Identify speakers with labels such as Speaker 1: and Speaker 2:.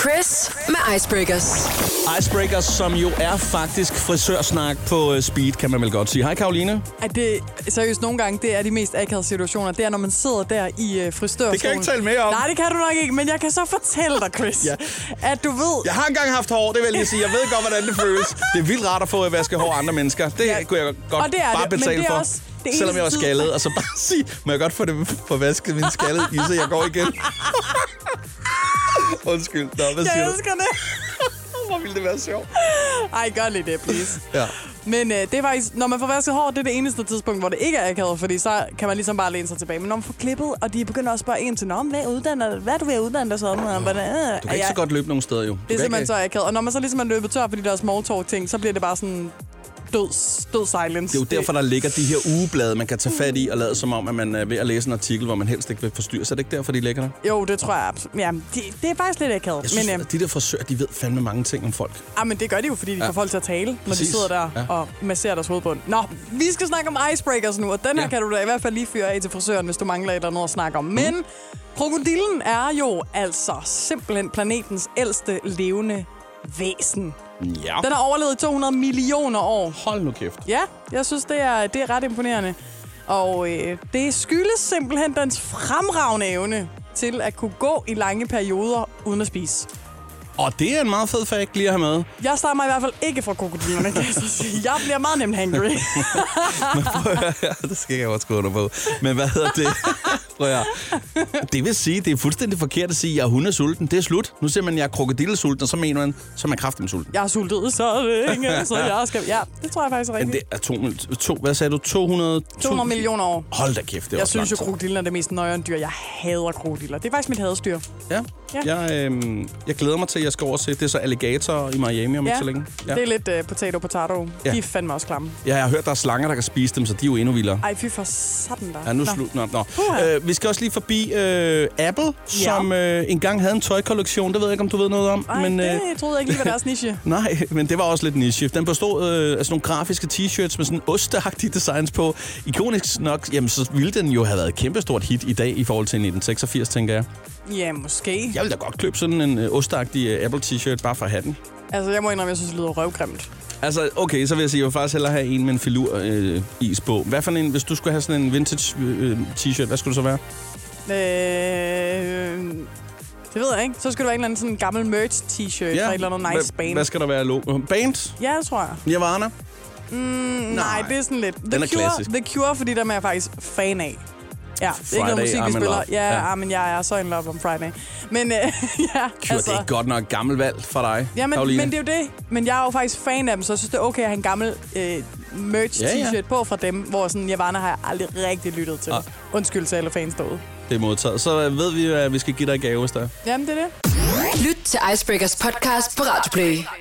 Speaker 1: Chris med Icebreakers.
Speaker 2: Icebreakers, som jo er faktisk frisørsnak på øh, speed, kan man vel godt sige. Hej Karoline.
Speaker 3: At det, seriøst, nogle gange, det er de mest akavede situationer. Det er, når man sidder der i øh, fristørstolen.
Speaker 2: Det kan jeg ikke tale mere om.
Speaker 3: Nej, det kan du nok ikke, men jeg kan så fortælle dig, Chris,
Speaker 2: Ja.
Speaker 3: ja. at du ved...
Speaker 2: Jeg har engang haft hår, det vil jeg lige sige. Jeg ved godt, hvordan det føles. Det er vildt rart at få at vaske hår af andre mennesker. Det ja. kunne jeg godt
Speaker 3: Og det er
Speaker 2: bare
Speaker 3: det, men
Speaker 2: betale
Speaker 3: det er
Speaker 2: for.
Speaker 3: også det
Speaker 2: Selvom jeg var
Speaker 3: eneste tid.
Speaker 2: skaldet, og så bare sige, må jeg godt få, det, få vasket min skaldede gisse, jeg går igen. Undskyld. Nå, hvad siger
Speaker 3: Jeg
Speaker 2: du?
Speaker 3: elsker det.
Speaker 2: Hvor ville det være sjovt?
Speaker 3: Ej, gør lige det, please.
Speaker 2: Ja.
Speaker 3: Men øh, det er faktisk, når man får vasket hår, det er det eneste tidspunkt, hvor det ikke er akavet, fordi så kan man ligesom bare læne sig tilbage. Men når man får klippet, og de begynder også at spørge en til, Nå, men hvad uddanner hvad er du ved at uddanne dig så? Hvordan, hvordan,
Speaker 2: Du kan ikke så godt løbe nogen steder, jo. Du
Speaker 3: øh, Det er
Speaker 2: kan
Speaker 3: simpelthen
Speaker 2: ikke,
Speaker 3: så akavet. Og når man så ligesom er løbet tør for de der small talk ting, så bliver det bare sådan død, død silence.
Speaker 2: Det er jo derfor, der ligger de her ugeblade, man kan tage fat i og lade som om, at man er ved at læse en artikel, hvor man helst ikke vil forstyrre. Så er det ikke derfor, de ligger der?
Speaker 3: Jo, det tror jeg. abs- Ja, det, det er faktisk lidt akavet.
Speaker 2: Jeg synes,
Speaker 3: men,
Speaker 2: men,
Speaker 3: øhm,
Speaker 2: at de der frisører, de ved fandme mange ting om folk.
Speaker 3: Ah, men det gør de jo, fordi de
Speaker 2: Ja.
Speaker 3: ja. får folk til at tale, når
Speaker 2: Præcis.
Speaker 3: de sidder der
Speaker 2: Ja.
Speaker 3: ja. og masserer deres hovedbund. Nå, vi skal snakke om icebreakers nu, og den her
Speaker 2: Ja.
Speaker 3: ja. kan du da i hvert fald lige fyre af til frisøren, hvis du mangler et eller andet at snakke om. Men
Speaker 2: Mhm.
Speaker 3: krokodillen er jo altså simpelthen planetens ældste levende væsen.
Speaker 2: Ja.
Speaker 3: Den har overlevet i 200 millioner år.
Speaker 2: Hold nu kæft.
Speaker 3: Ja, jeg synes, det er, det er ret imponerende. Og øh, det skyldes simpelthen dens fremragende evne til at kunne gå i lange perioder uden at spise.
Speaker 2: Og det er en meget fed fact lige at have med.
Speaker 3: Jeg stammer i hvert fald ikke fra krokodillerne, kan jeg så sige. Jeg bliver meget nemt hangry.
Speaker 2: det skal jeg også gå under på. Men hvad hedder det? Prøv at høre. Det vil sige, det er fuldstændig forkert at sige, at jeg er hundesulten. Det er slut. Nu siger man, at jeg er krokodillesulten, og så mener man, så er man kraftedemsulten.
Speaker 3: Jeg er sultet så længe, så jeg skal... Ja, det tror jeg faktisk er
Speaker 2: Men
Speaker 3: rigtigt.
Speaker 2: det er to, to, hvad sagde du? 200...
Speaker 3: 200 millioner år.
Speaker 2: Hold da kæft, det er
Speaker 3: Jeg
Speaker 2: også
Speaker 3: synes jo,
Speaker 2: langt.
Speaker 3: krokodillen er det mest nøjeren dyr. Jeg hader krokodiller. Det er faktisk mit hadestyr.
Speaker 2: Ja. ja.
Speaker 3: Ja.
Speaker 2: Jeg, øh, jeg glæder mig til, at jeg skal over og se. Det er så alligator i Miami om ja. ikke så længe. Ja.
Speaker 3: det er lidt uh, potato potato.
Speaker 2: Ja.
Speaker 3: Ja. De er fandme også klamme.
Speaker 2: Jeg har hørt, der er slanger, der kan spise dem, så de er jo endnu vildere.
Speaker 3: Ej, fy for sådan der.
Speaker 2: Ja, nu
Speaker 3: Nå.
Speaker 2: slut. Nå, nå.
Speaker 3: Puha.
Speaker 2: Øh, vi skal også lige forbi øh, Apple, ja. som øh, engang havde en tøjkollektion. Det ved jeg ikke, om du ved noget om.
Speaker 3: Ej, men,
Speaker 2: øh,
Speaker 3: det troede jeg ikke lige var deres niche.
Speaker 2: Nej, men det var også lidt niche. Den bestod øh, af sådan nogle grafiske t-shirts med sådan osteagtige designs på. Ikonisk nok, jamen så ville den jo have været et kæmpestort hit i dag i forhold til 1986, tænker jeg.
Speaker 3: Ja, måske.
Speaker 2: Jeg ville da godt købe sådan en øh, osteagtig øh, Apple t-shirt bare for hatten.
Speaker 3: Altså, jeg må indrømme, jeg synes, det lyder røvgrimt.
Speaker 2: Altså, okay, så vil jeg sige, at jeg vil faktisk hellere have en med en filur øh, is på. Hvad for en, hvis du skulle have sådan en vintage øh, t-shirt, hvad skulle det så være?
Speaker 3: Øh, det ved jeg ikke. Så skal du være en eller anden sådan gammel merch-t-shirt ja. fra et eller andet nice
Speaker 2: Hva-
Speaker 3: band. Altså-
Speaker 2: Hvad skal der være? Lo- band?
Speaker 3: Ja, det tror jeg.
Speaker 2: Nirvana?
Speaker 3: Mm, nej. nej, det er sådan lidt. The
Speaker 2: Den er
Speaker 3: Cure,
Speaker 2: klassisk.
Speaker 3: The Cure, fordi dem er jeg faktisk fan af. Ja, det er ikke noget
Speaker 2: Friday,
Speaker 3: musik,
Speaker 2: I'm in
Speaker 3: vi spiller.
Speaker 2: love.
Speaker 3: Ja,
Speaker 2: Ja.
Speaker 3: ja. men jeg er så in love om Friday. Men øh, ja,
Speaker 2: Kyr, altså... det er ikke godt nok gammel valg for dig,
Speaker 3: Ja, men,
Speaker 2: Karoline.
Speaker 3: men det er jo det. Men jeg er jo faktisk fan af dem, så jeg synes, det er okay at have en gammel øh, merch-t-shirt
Speaker 2: Ja,
Speaker 3: ja,
Speaker 2: ja.
Speaker 3: ja. på fra dem, hvor sådan Nirvana har jeg aldrig rigtig lyttet til.
Speaker 2: Ah.
Speaker 3: Undskyld til alle fans derude.
Speaker 2: det er modtaget. Så øh, ved vi, at vi skal give dig gave, hvis der er.
Speaker 3: Jamen, det er det.
Speaker 1: Lyt til Icebreakers podcast på Radio Play.